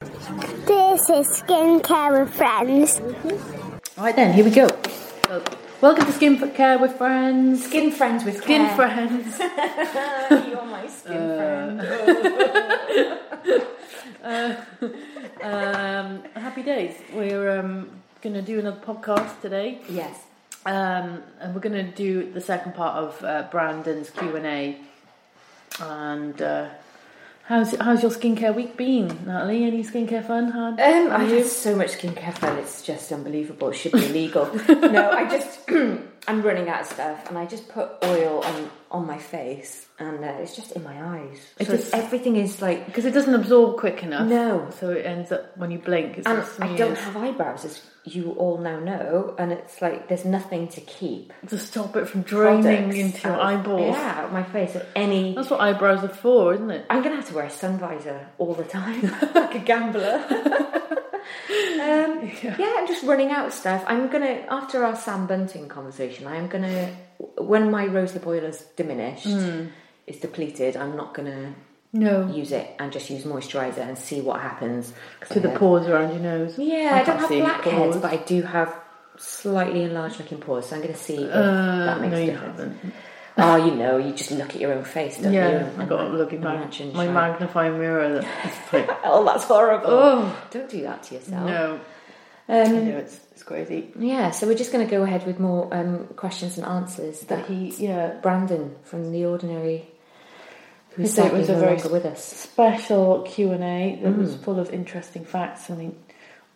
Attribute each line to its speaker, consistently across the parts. Speaker 1: This is Skincare with Friends.
Speaker 2: All right then, here we go. Well, welcome to Skin for Care with Friends.
Speaker 3: Skin friends with
Speaker 2: Skin
Speaker 3: care.
Speaker 2: Friends.
Speaker 3: You're my skin friend.
Speaker 2: Uh, Um, happy days. We're um, going to do another podcast today,
Speaker 3: Yes.
Speaker 2: um, and we're going to do the second part of uh, Brandon's Q and A. And uh, how's how's your skincare week been, Natalie? Any skincare fun? Hard?
Speaker 3: Um, I have so much skincare fun. It's just unbelievable. It should be illegal. no, I just I'm running out of stuff, and I just put oil on on my face, and uh, it's just in my eyes. so
Speaker 2: just-
Speaker 3: it's- everything is like.
Speaker 2: Because it doesn't absorb quick enough.
Speaker 3: No.
Speaker 2: So it ends up when you blink. It's
Speaker 3: And
Speaker 2: just
Speaker 3: I don't have eyebrows, as you all now know, and it's like there's nothing to keep.
Speaker 2: to stop it from draining
Speaker 3: Products
Speaker 2: into your
Speaker 3: out of-
Speaker 2: eyeballs. Oh,
Speaker 3: Yeah, out of my face at any.
Speaker 2: That's what eyebrows are for, isn't it?
Speaker 3: I'm gonna have to wear a sun visor all the time, like a gambler. um, yeah. I'm just running out of stuff. I'm gonna after our Sam Bunting conversation, I'm gonna when my Rosa Boiler's diminished, is depleted. I'm not gonna
Speaker 2: Hmm. No.
Speaker 3: use it and just use moisturizer and see what happens
Speaker 2: to the pores around your nose.
Speaker 3: Yeah, I, don't
Speaker 2: can't
Speaker 3: have
Speaker 2: see
Speaker 3: blackheads,
Speaker 2: pores.
Speaker 3: but I do have slightly enlarged looking pores. So I'm gonna see if that makes
Speaker 2: Uh, no,
Speaker 3: a
Speaker 2: you
Speaker 3: difference.
Speaker 2: haven't.
Speaker 3: Oh, you know, you just look at your own face, don't you?
Speaker 2: Yeah, I
Speaker 3: And
Speaker 2: got a lovely mag-
Speaker 3: imagine
Speaker 2: my
Speaker 3: shiny
Speaker 2: magnifying mirror. That's like,
Speaker 3: Oh, that's horrible.
Speaker 2: Oh.
Speaker 3: Don't do that to yourself.
Speaker 2: no,
Speaker 3: Um,
Speaker 2: no, it's it's crazy.
Speaker 3: yeah, so we're just going to go ahead with more um, questions and answers that uh,
Speaker 2: He, yeah,
Speaker 3: Brandon from The Ordinary, who
Speaker 2: He said it
Speaker 3: sadly
Speaker 2: was a
Speaker 3: no
Speaker 2: very
Speaker 3: longer with us.
Speaker 2: special Q and A that
Speaker 3: Mm.
Speaker 2: was full of interesting facts and they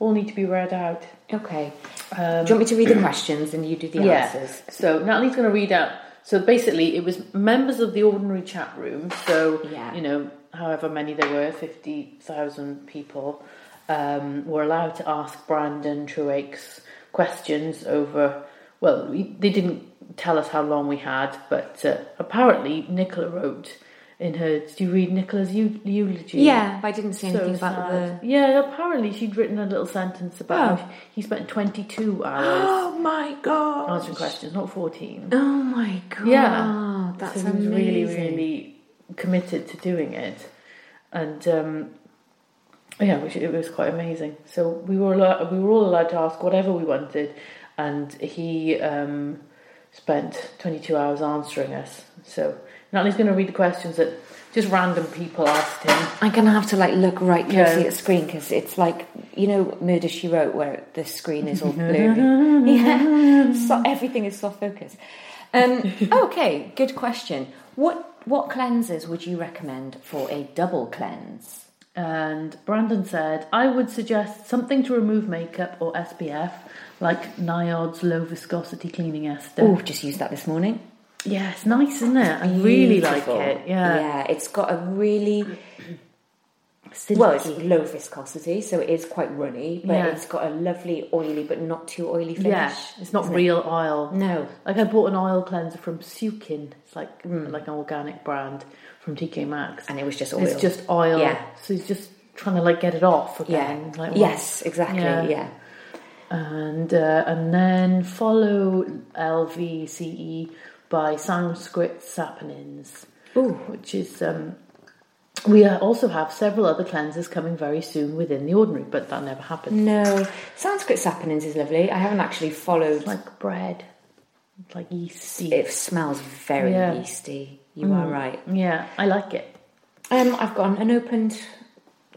Speaker 2: all need to be read out.
Speaker 3: Okay.
Speaker 2: Um,
Speaker 3: do you want me to read the questions and you do the answers?
Speaker 2: So Natalie's going to read out. So basically, it was members of the ordinary chat room. So
Speaker 3: Yeah.
Speaker 2: you know, however many there were, fifty thousand people um, were allowed to ask Brandon Truex questions over. Well, we, they didn't tell us how long we had, but uh, apparently Nicola wrote in her. Did you read Nicola's eu- eulogy?
Speaker 3: Yeah, but I didn't say anything
Speaker 2: So
Speaker 3: about
Speaker 2: sad.
Speaker 3: the.
Speaker 2: Yeah, apparently she'd written a little sentence about how he spent 22 hours
Speaker 3: Oh my god!
Speaker 2: answering questions, not 14.
Speaker 3: Oh my god!
Speaker 2: Yeah.
Speaker 3: that's
Speaker 2: so he was
Speaker 3: amazing.
Speaker 2: really, really committed to doing it. And um, yeah, which it was quite amazing. So we were allowed, we were all allowed to ask whatever we wanted, and he um, spent 22 hours answering us. So Natalie's going to read the questions that just random people asked him.
Speaker 3: I'm gonna have to like look right closely
Speaker 2: Yeah.
Speaker 3: at the screen because it's like you know Murder She Wrote where the screen is all blurry. yeah, so everything is soft focus. Um, okay, good question. What what cleansers would you recommend for a double cleanse?
Speaker 2: And Brandon said, I would suggest something to remove makeup or SPF, like Niode's low viscosity cleaning ester.
Speaker 3: Oh, just used that this morning.
Speaker 2: Yeah, it's nice, isn't it? I really like
Speaker 3: Beautiful.
Speaker 2: it. Yeah.
Speaker 3: yeah, it's got a really
Speaker 2: Silky.
Speaker 3: well, it's low viscosity, so it is quite runny, but
Speaker 2: Yeah.
Speaker 3: it's got a lovely oily but not too oily finish.
Speaker 2: yeah. It's not real oil.
Speaker 3: No.
Speaker 2: Like I bought an oil cleanser from Sukin. It's like like an organic brand from TK Maxx.
Speaker 3: And it was just
Speaker 2: It's
Speaker 3: oil.
Speaker 2: just oil.
Speaker 3: Yeah.
Speaker 2: So he's just trying to like get it off
Speaker 3: Yeah.
Speaker 2: again. Like,
Speaker 3: yes, exactly.
Speaker 2: Yeah.
Speaker 3: yeah.
Speaker 2: and uh, and then follow LVCE E by Sanskrit Saponins, which is um, we uh, also have several other cleansers coming very soon within the ordinary, but that never happened.
Speaker 3: No, Sanskrit saponins is lovely. I haven't actually followed.
Speaker 2: Like bread, like yeast.
Speaker 3: it smells very
Speaker 2: Yeah. Mm.
Speaker 3: yeasty. You are right.
Speaker 2: Yeah, I like it.
Speaker 3: Um, I've got an opened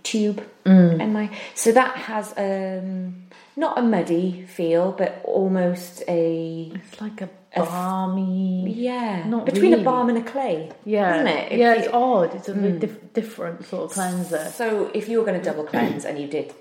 Speaker 3: tube
Speaker 2: Mm.
Speaker 3: in my so that has um not a muddy feel, but almost a
Speaker 2: It's like a balmy.
Speaker 3: yeah
Speaker 2: Not
Speaker 3: between
Speaker 2: really.
Speaker 3: a balm and a clay.
Speaker 2: yeah,
Speaker 3: isn't it? If
Speaker 2: yeah,
Speaker 3: you- Mm.
Speaker 2: it's odd. It's a bit dif- different sort of cleanser.
Speaker 3: So if you were going to double cleanse and you did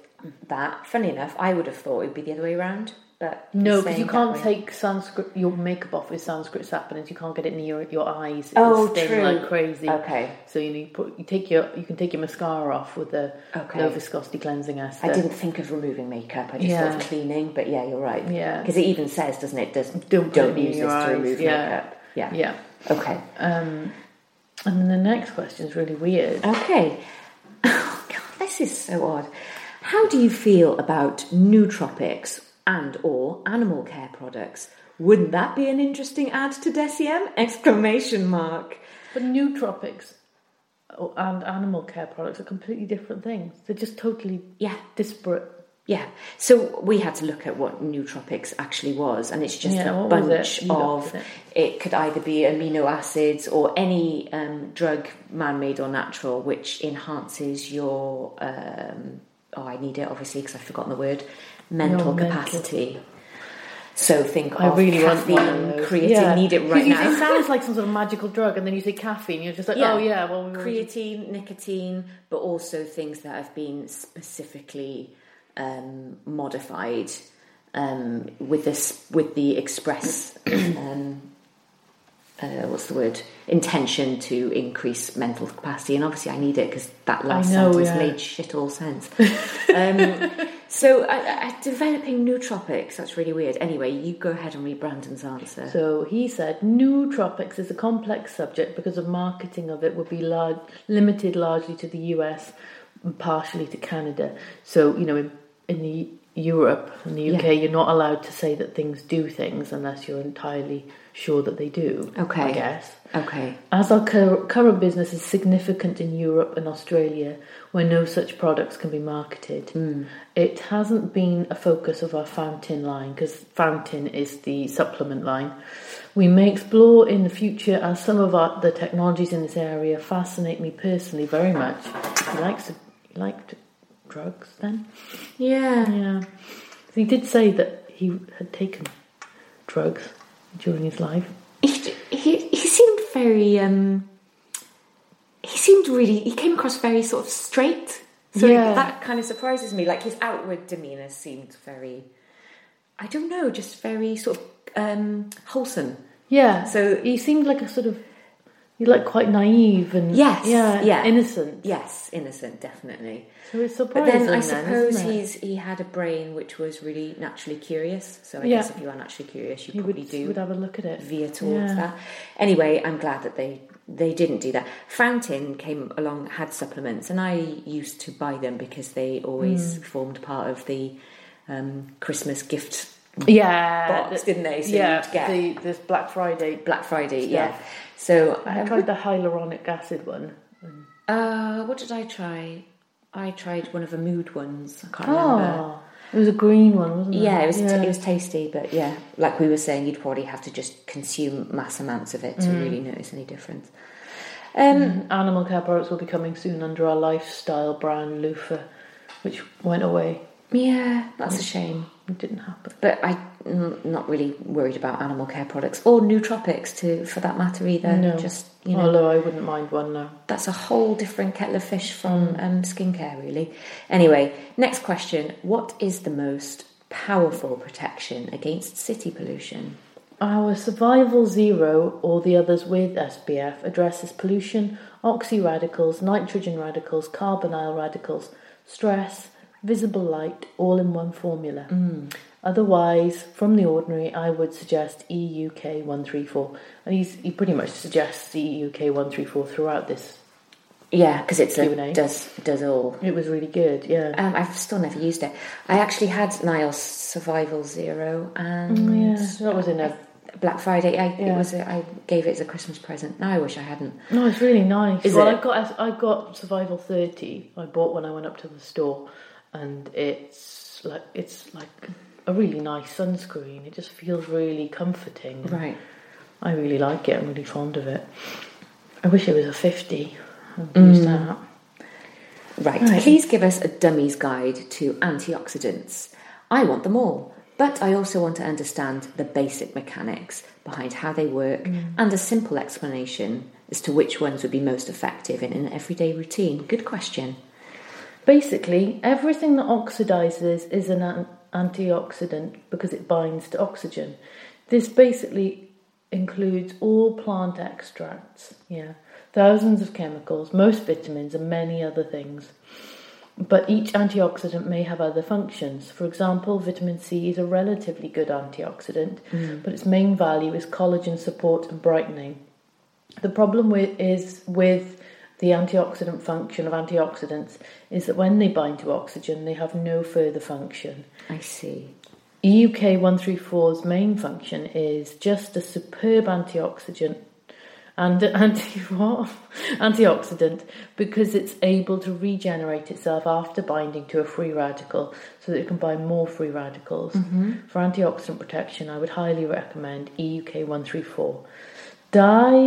Speaker 3: that, funny enough, I would have thought it would be the other way around. that he's
Speaker 2: No, because
Speaker 3: saying
Speaker 2: you
Speaker 3: that
Speaker 2: can't
Speaker 3: way.
Speaker 2: take Sanskrit your makeup off with Sanskrit saponins. You can't get it near your eyes. It
Speaker 3: Oh,
Speaker 2: will sting
Speaker 3: true.
Speaker 2: like crazy.
Speaker 3: Okay.
Speaker 2: So you need put you take your you can take your mascara off with the
Speaker 3: Okay.
Speaker 2: low viscosity cleansing acid.
Speaker 3: I didn't think of removing makeup. I just
Speaker 2: Yeah.
Speaker 3: thought of cleaning, but yeah, you're right.
Speaker 2: Yeah.
Speaker 3: because it even says, doesn't it? Does
Speaker 2: Don't
Speaker 3: don't,
Speaker 2: put it in
Speaker 3: use
Speaker 2: your
Speaker 3: this
Speaker 2: eyes,
Speaker 3: to remove
Speaker 2: yeah.
Speaker 3: makeup. Yeah.
Speaker 2: Yeah.
Speaker 3: Okay.
Speaker 2: And then the next question is really weird.
Speaker 3: Okay. Oh, God, this is so odd. How do you feel about nootropics and or animal care products? Wouldn't that be an interesting ad to Deciem? Exclamation mark.
Speaker 2: But nootropics and animal care products are completely different things. They're just totally
Speaker 3: Yeah.
Speaker 2: disparate.
Speaker 3: Yeah. So we had to look at what nootropics actually was, and it's just
Speaker 2: Yeah,
Speaker 3: a
Speaker 2: what was it?
Speaker 3: bunch
Speaker 2: You looked
Speaker 3: of.
Speaker 2: at
Speaker 3: It. could either be amino acids or any um, drug, man-made or natural, which enhances your. Um, oh, I need it obviously because I've forgotten the word.
Speaker 2: mental.
Speaker 3: Mental capacity. So think
Speaker 2: I
Speaker 3: of
Speaker 2: really want
Speaker 3: caffeine,
Speaker 2: one of those.
Speaker 3: creatine.
Speaker 2: Yeah.
Speaker 3: Need it
Speaker 2: 'Cause
Speaker 3: right
Speaker 2: you say It
Speaker 3: now.
Speaker 2: sounds like some sort of magical drug, and then you say caffeine, you're just like, oh yeah, well, we were just-
Speaker 3: creatine, nicotine, but also things that have been specifically um, modified um, with this with the express um, uh, what's the word intention to increase mental capacity. And obviously, I need it because that last
Speaker 2: know,
Speaker 3: sentence
Speaker 2: yeah.
Speaker 3: made shit all sense. um, so, I, I, developing nootropics. That's really weird. Anyway, you go ahead and read Brandon's answer.
Speaker 2: So he said, nootropics is a complex subject because the marketing of it would be large, limited largely to the US and partially to Canada. So, you know, in, in the Europe and the UK,
Speaker 3: Yeah.
Speaker 2: you're not allowed to say that things do things unless you're entirely sure that they do. I
Speaker 3: Okay.
Speaker 2: guess.
Speaker 3: okay.
Speaker 2: As our cur- current business is significant in Europe and Australia, where no such products can be marketed, it hasn't been a focus of our Fountain line because Fountain is the supplement line. We may explore in the future as some of our, the technologies in this area fascinate me personally very much. He likes to, he liked drugs then?
Speaker 3: Yeah.
Speaker 2: Yeah. He did say that he had taken drugs during his life.
Speaker 3: he, he, he seemed very um he seemed really he came across very sort of straight so
Speaker 2: Yeah.
Speaker 3: that kind of surprises me like his outward demeanor seemed very i don't know just very sort of um wholesome
Speaker 2: Yeah.
Speaker 3: So-
Speaker 2: he seemed like a sort of you like quite naive and
Speaker 3: yes
Speaker 2: yeah, innocent.
Speaker 3: yes innocent definitely
Speaker 2: So it's
Speaker 3: but
Speaker 2: surprising.
Speaker 3: then i
Speaker 2: then,
Speaker 3: suppose
Speaker 2: isn't it?
Speaker 3: he's he had a brain which was really naturally curious so i
Speaker 2: Yeah.
Speaker 3: guess if you are naturally curious you
Speaker 2: he
Speaker 3: probably
Speaker 2: would,
Speaker 3: do
Speaker 2: would have a look at it.
Speaker 3: veer towards
Speaker 2: Yeah.
Speaker 3: that. Anyway, I'm glad that they they didn't do that. Fountain came along, had supplements, and I used to buy them because they
Speaker 2: Hmm.
Speaker 3: always formed part of the um, Christmas gift
Speaker 2: Yeah,
Speaker 3: box,
Speaker 2: Uh, the-
Speaker 3: didn't they? So
Speaker 2: yeah,
Speaker 3: you'd get
Speaker 2: the, this Black Friday.
Speaker 3: Black Friday, yeah.
Speaker 2: stuff.
Speaker 3: So
Speaker 2: I tried the hyaluronic acid one.
Speaker 3: uh, what did I try? I tried one of the mood ones. I can't remember.
Speaker 2: Oh, it was a green one, wasn't it?
Speaker 3: Yeah, it was it was tasty, but yeah, like we were saying, you'd probably have to just consume mass amounts of it to
Speaker 2: Hmm.
Speaker 3: really notice any difference. Um,
Speaker 2: Animal care products will be coming soon under our lifestyle brand Lufa, which went away.
Speaker 3: Yeah, that's a shame.
Speaker 2: It didn't happen.
Speaker 3: But I'm not really worried about animal care products or nootropics, to for that matter, either.
Speaker 2: No, Oh,
Speaker 3: Just you know,
Speaker 2: although I wouldn't mind one now.
Speaker 3: that's a whole different kettle of fish
Speaker 2: Mm.
Speaker 3: from um, skincare, really. Anyway, next question: What is the most powerful protection against city pollution?
Speaker 2: Our Survival Zero or the others with SPF addresses pollution, oxy radicals, nitrogen radicals, carbonyl radicals, stress, visible light, all in one formula. Otherwise, from the ordinary, I would suggest E EUK 134. And he's, he pretty much suggests E the EUK 134 throughout this.
Speaker 3: Yeah, because it's
Speaker 2: Q&A.
Speaker 3: a does does all.
Speaker 2: It was really good, yeah.
Speaker 3: Um, I've still never used it. I actually had Nile's Survival Zero and
Speaker 2: Mm, yeah. That was in a.
Speaker 3: Black Friday. I,
Speaker 2: Yeah.
Speaker 3: it was a, I gave it as a Christmas present. Now I wish I hadn't.
Speaker 2: No, it's really nice.
Speaker 3: Is
Speaker 2: well,
Speaker 3: it?
Speaker 2: I got I got Survival Thirty. I bought when I went up to the store, and it's like it's like a really nice sunscreen. It just feels really comforting.
Speaker 3: Right.
Speaker 2: I really like it. I'm really fond of it. I wish it was a fifty. I'd
Speaker 3: Mm.
Speaker 2: use that.
Speaker 3: Right. Please give us a dummy's guide to antioxidants. I want them all, but I also want to understand the basic mechanics behind how they work and a simple explanation as to which ones would be most effective in an everyday routine. Good question.
Speaker 2: Basically, everything that oxidizes is an an antioxidant because it binds to oxygen. This basically includes all plant extracts, yeah, thousands of chemicals, most vitamins, and many other things. But each antioxidant may have other functions. For example, vitamin C is a relatively good antioxidant, but its main value is collagen support and brightening. The problem with, is with the antioxidant function of antioxidants is that when they bind to oxygen, they have no further function.
Speaker 3: I see.
Speaker 2: EUK 134's main function is just a superb antioxidant and anti what? antioxidant because it's able to regenerate itself after binding to a free radical so that it can bind more free radicals. For antioxidant protection, I would highly recommend EUK 134.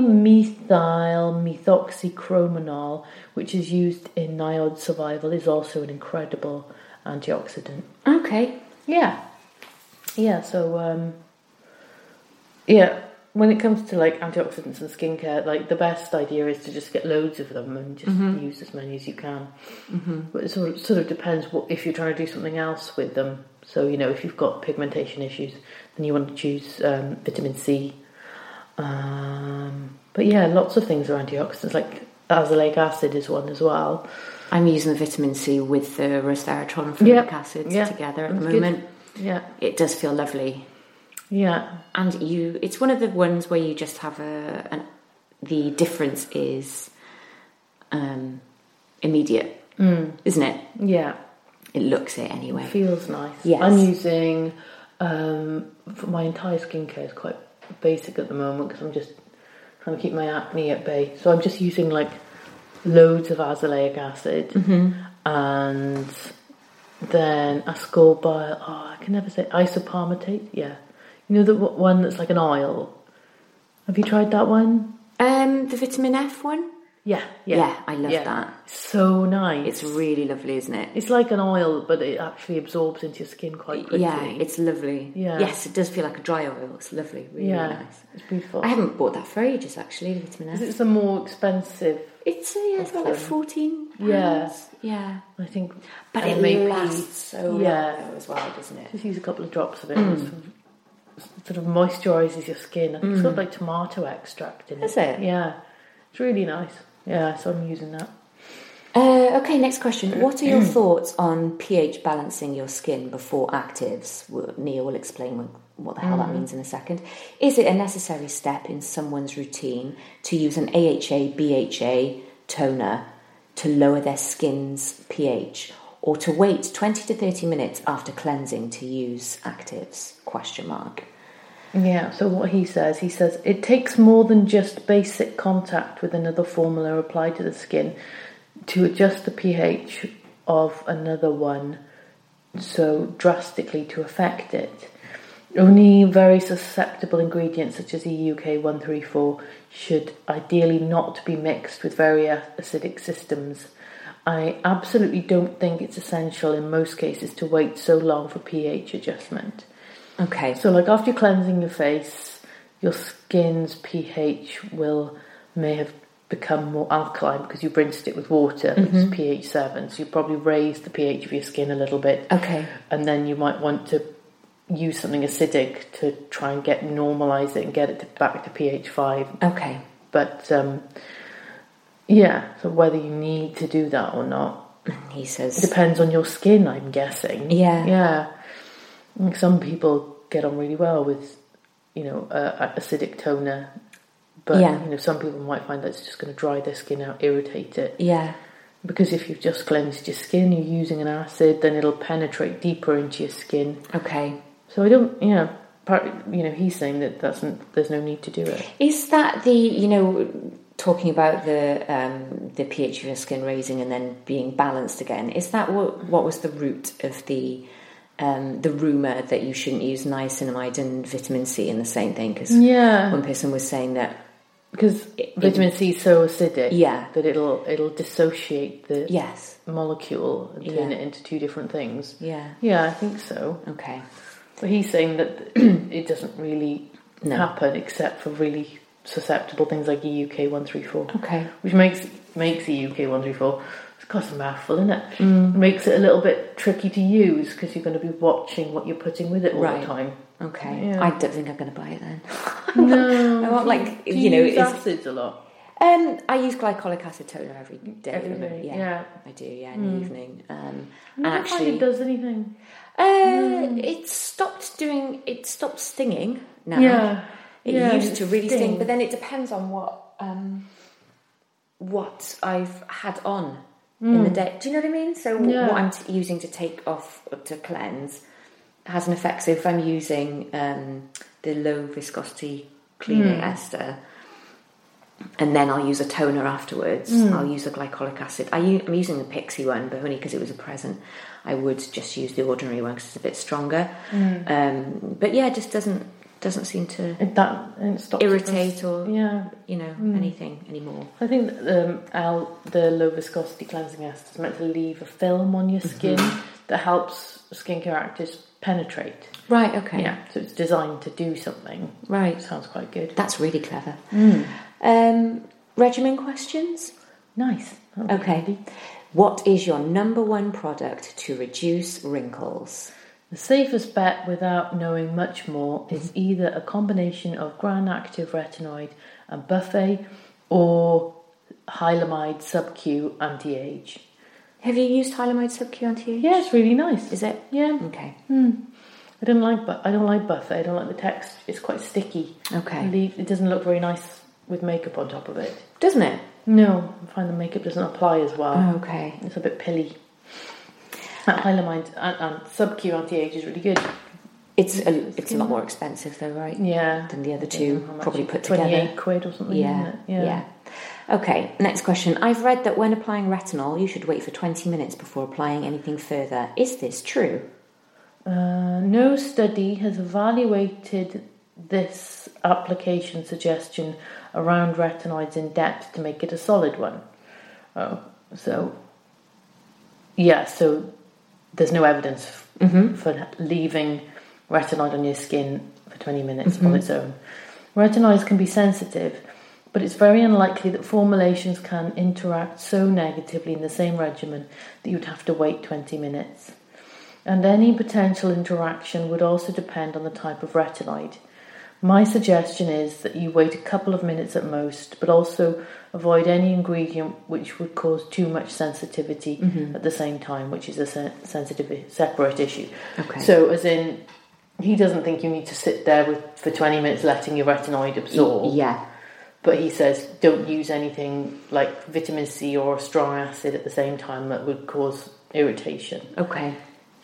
Speaker 2: Dimethyl methoxychrominol, which is used in NIOD survival, is also an incredible antioxidant.
Speaker 3: Okay.
Speaker 2: Yeah. Yeah, so um yeah, when it comes to like antioxidants and skincare, like the best idea is to just get loads of them and just
Speaker 3: Mm-hmm.
Speaker 2: use as many as you can. Mm-hmm. But it sort of, sort of depends what if you're trying to do something else with them. So you know, if you've got pigmentation issues, then you want to choose um, vitamin C. Um, but yeah, lots of things are antioxidants. Like azelaic acid is one as well.
Speaker 3: I'm using the vitamin C with the resveratrol and folic
Speaker 2: Yeah.
Speaker 3: acids
Speaker 2: Yeah.
Speaker 3: together at the
Speaker 2: That's good.
Speaker 3: moment.
Speaker 2: Yeah,
Speaker 3: It does feel lovely.
Speaker 2: yeah.
Speaker 3: and you it's one of the ones where you just have a an, the difference is um immediate
Speaker 2: Mm.
Speaker 3: isn't it
Speaker 2: Yeah,
Speaker 3: it looks it anyway
Speaker 2: feels nice.
Speaker 3: Yes.
Speaker 2: I'm using um, for my entire skincare is quite basic at the moment because I'm just trying to keep my acne at bay. So I'm just using like loads of azelaic acid
Speaker 3: Mm-hmm.
Speaker 2: and then ascorbile. Oh, I can never say isopalmitate. Yeah, you know the w- one that's like an oil. Have you tried that one?
Speaker 3: um the vitamin f one
Speaker 2: Yeah, yeah,
Speaker 3: Yeah, I love that.
Speaker 2: So nice.
Speaker 3: it's really lovely isn't it
Speaker 2: It's like an oil, but it actually absorbs into your skin quite quickly.
Speaker 3: yeah it's lovely
Speaker 2: Yeah.
Speaker 3: yes it does feel like a dry oil it's lovely really
Speaker 2: yeah,
Speaker 3: nice
Speaker 2: it's beautiful.
Speaker 3: I haven't bought that for ages actually the vitamin F
Speaker 2: It's the more expensive,
Speaker 3: it's uh, yeah it's about like
Speaker 2: Awesome.
Speaker 3: 14
Speaker 2: Yeah.
Speaker 3: pounds. yeah
Speaker 2: I think.
Speaker 3: but
Speaker 2: uh,
Speaker 3: it
Speaker 2: maybe-
Speaker 3: lasts so
Speaker 2: Yeah.
Speaker 3: long though as well doesn't it
Speaker 2: Just use a couple of drops of it.
Speaker 3: Mm.
Speaker 2: and Sort, of, sort of moisturises your skin. I think It's got like tomato extract in it.
Speaker 3: Mm. Is it?
Speaker 2: Yeah, it's really nice. Yeah, so I'm using that.
Speaker 3: Uh, okay, Mm. next question. What are your thoughts on pH balancing your skin before actives? Well, Neil will explain what- what the hell that means in a second. Is it a necessary step in someone's routine to use an AHA BHA toner to lower their skin's pH, or to wait twenty to thirty minutes after cleansing to use actives? Question mark.
Speaker 2: Yeah, so what he says, he says it takes more than just basic contact with another formula applied to the skin to adjust the pH of another one so drastically to affect it. Only very susceptible ingredients such as E EUK 134 should ideally not be mixed with very acidic systems. I absolutely don't think it's essential in most cases to wait so long for pH adjustment.
Speaker 3: Okay.
Speaker 2: So, like after cleansing your face, your skin's pH will may have become more alkaline because you rinsed it with water, which is pH seven. So you probably raised the pH of your skin a little bit.
Speaker 3: Okay.
Speaker 2: and then you might want to use something acidic to try and get normalize it and get it to, back to pH five.
Speaker 3: Okay.
Speaker 2: But um, yeah, so whether you need to do that or not,
Speaker 3: And he says,
Speaker 2: depends on your skin, I'm guessing.
Speaker 3: Yeah.
Speaker 2: Yeah. Like some people get on really well with, you know, uh, acidic toner, but
Speaker 3: Yeah.
Speaker 2: you know, some people might find that it's just going to dry their skin out, irritate it.
Speaker 3: "Yeah,
Speaker 2: Because if you've just cleansed your skin, you're using an acid, then it'll penetrate deeper into your skin.
Speaker 3: okay."
Speaker 2: So I don't, you know, part, you know, he's saying that that's n- there's no need to do it.
Speaker 3: Is that the you know talking about the um, the pH of your skin raising and then being balanced again? Is that what what was the root of the um, the rumor that you shouldn't use niacinamide and vitamin C in the same thing? Because
Speaker 2: Yeah.
Speaker 3: one person was saying that
Speaker 2: Because vitamin C is so acidic,
Speaker 3: Yeah.
Speaker 2: that it'll it'll dissociate the
Speaker 3: yes,
Speaker 2: molecule and turn
Speaker 3: Yeah.
Speaker 2: it into two different things.
Speaker 3: yeah,
Speaker 2: Yeah, I think so.
Speaker 3: okay,
Speaker 2: But he's saying that it doesn't really
Speaker 3: No.
Speaker 2: happen except for really susceptible things like EUK E one three four,
Speaker 3: okay,
Speaker 2: which makes makes EUK E one three four Got a mouthful in it.
Speaker 3: Mm.
Speaker 2: Makes it a little bit tricky to use because you're going to be watching what you're putting with it all
Speaker 3: Right.
Speaker 2: the time.
Speaker 3: Okay,
Speaker 2: Yeah.
Speaker 3: I don't think I'm going to buy it then.
Speaker 2: No,
Speaker 3: I want like
Speaker 2: Do
Speaker 3: you, know,
Speaker 2: use
Speaker 3: it's,
Speaker 2: acids a lot.
Speaker 3: um, I use glycolic acid toner every day.
Speaker 2: Every
Speaker 3: remember?
Speaker 2: day,
Speaker 3: Yeah,
Speaker 2: yeah. Hmm.
Speaker 3: I do. Yeah, in the evening. Um, and
Speaker 2: I don't find
Speaker 3: actually,
Speaker 2: it does anything.
Speaker 3: uh, it stopped doing. It stopped stinging now.
Speaker 2: Yeah.
Speaker 3: It
Speaker 2: Yeah,
Speaker 3: used
Speaker 2: it
Speaker 3: to really sting.
Speaker 2: stings.
Speaker 3: but then it depends on what um, what I've had on in the day. Do you know what I mean? So w-
Speaker 2: Yeah.
Speaker 3: what I'm t- using to take off uh, to cleanse has an effect. So if I'm using um, the low viscosity cleaning ester, and then I'll use a toner afterwards. I'll use a glycolic acid. I u- I'm using the Pixie one, but only because it was a present. I would just use the ordinary one because it's a bit stronger. Um, but yeah, it just doesn't doesn't seem to
Speaker 2: It, that and it stops it from-
Speaker 3: irritate or
Speaker 2: Yeah,
Speaker 3: you know anything anymore.
Speaker 2: I think um, al- the low viscosity cleansing acid is meant to leave a film on your skin
Speaker 3: Mm-hmm.
Speaker 2: that helps skincare actives penetrate.
Speaker 3: Right. Okay.
Speaker 2: Yeah, so it's designed to do something.
Speaker 3: Right. Mm.
Speaker 2: Sounds quite good.
Speaker 3: That's really clever. Um, regimen questions.
Speaker 2: Nice. That'll be
Speaker 3: Okay.
Speaker 2: handy.
Speaker 3: What is your number one product to reduce wrinkles?
Speaker 2: The safest bet without knowing much more is
Speaker 3: Mm-hmm.
Speaker 2: either a combination of gran active retinoid and buffet or hyalamide sub Q anti age.
Speaker 3: Have you used Hyalamide Sub Q anti-age?
Speaker 2: Yeah, it's really nice.
Speaker 3: Is it?
Speaker 2: Yeah.
Speaker 3: Okay.
Speaker 2: I don't like bu- I don't like buffet. I don't like the text. It's quite sticky.
Speaker 3: Okay.
Speaker 2: It leave- It doesn't look very nice with makeup on top of it.
Speaker 3: Doesn't it?
Speaker 2: No, I find the makeup doesn't apply as well.
Speaker 3: Oh, Okay.
Speaker 2: It's a bit pilly. That uh, Hyalamide and, and sub Q anti age is really good.
Speaker 3: It's a, it's a lot more expensive though, right?
Speaker 2: Yeah.
Speaker 3: Than the other
Speaker 2: Don't
Speaker 3: two
Speaker 2: know how much
Speaker 3: probably
Speaker 2: it-
Speaker 3: put
Speaker 2: 28
Speaker 3: together.
Speaker 2: quid or something.
Speaker 3: Yeah,
Speaker 2: isn't it?
Speaker 3: yeah. Okay, next question. I've read that when applying retinol, you should wait for 20 minutes before applying anything further. Is this true?
Speaker 2: Uh, no study has evaluated this application suggestion around retinoids in depth to make it a solid one. Oh, so yeah, so there's no evidence f- for leaving retinoid on your skin for 20 minutes on its own. Retinoids can be sensitive, but it's very unlikely that formulations can interact so negatively in the same regimen that you'd have to wait 20 minutes. And any potential interaction would also depend on the type of retinoid. My suggestion is that you wait a couple of minutes at most, but also avoid any ingredient which would cause too much sensitivity
Speaker 3: Mm-hmm.
Speaker 2: at the same time, which is a sen- sensitive separate issue.
Speaker 3: Okay.
Speaker 2: So, as in, he doesn't think you need to sit there with for twenty minutes letting your retinoid absorb.
Speaker 3: Yeah.
Speaker 2: But he says don't use anything like vitamin C or a strong acid at the same time that would cause irritation.
Speaker 3: Okay.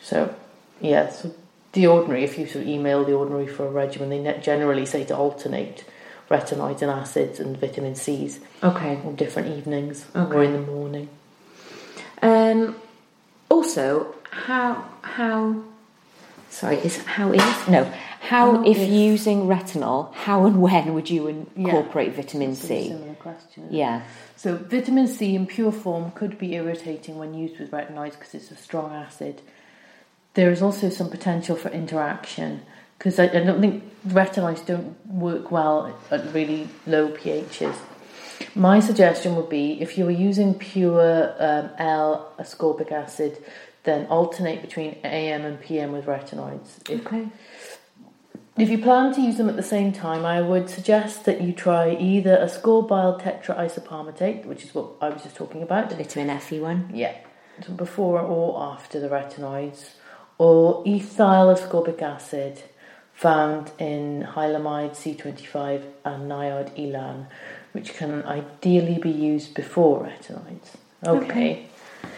Speaker 2: So, yeah, so the ordinary, if you sort of email the ordinary for a regimen, they ne- generally say to alternate retinoids and acids and vitamin Cs
Speaker 3: Okay.
Speaker 2: on different evenings or
Speaker 3: Okay.
Speaker 2: in the morning.
Speaker 3: Um, also, how how sorry is how is no how
Speaker 2: How
Speaker 3: if,
Speaker 2: if-
Speaker 3: using retinol, how and when would you incorporate vitamin C?
Speaker 2: Similar question.
Speaker 3: Yeah.
Speaker 2: So, vitamin C in pure form could be irritating when used with retinoids because it's a strong acid. There is also some potential for interaction because I, I don't think retinoids don't work well at really low pHs. My suggestion would be if you were using pure um, L ascorbic acid, then alternate between AM and PM with retinoids. If
Speaker 3: Okay.
Speaker 2: if you plan to use them at the same time, I would suggest that you try either a ascorbyl tetraisopalmitate, which is what I was just talking about.
Speaker 3: Vitamin F E one.
Speaker 2: Yeah, so before or after the retinoids, or ethyl ascorbic acid, found in hyalamide C25 and niod elan, which can ideally be used before retinoids. Okay.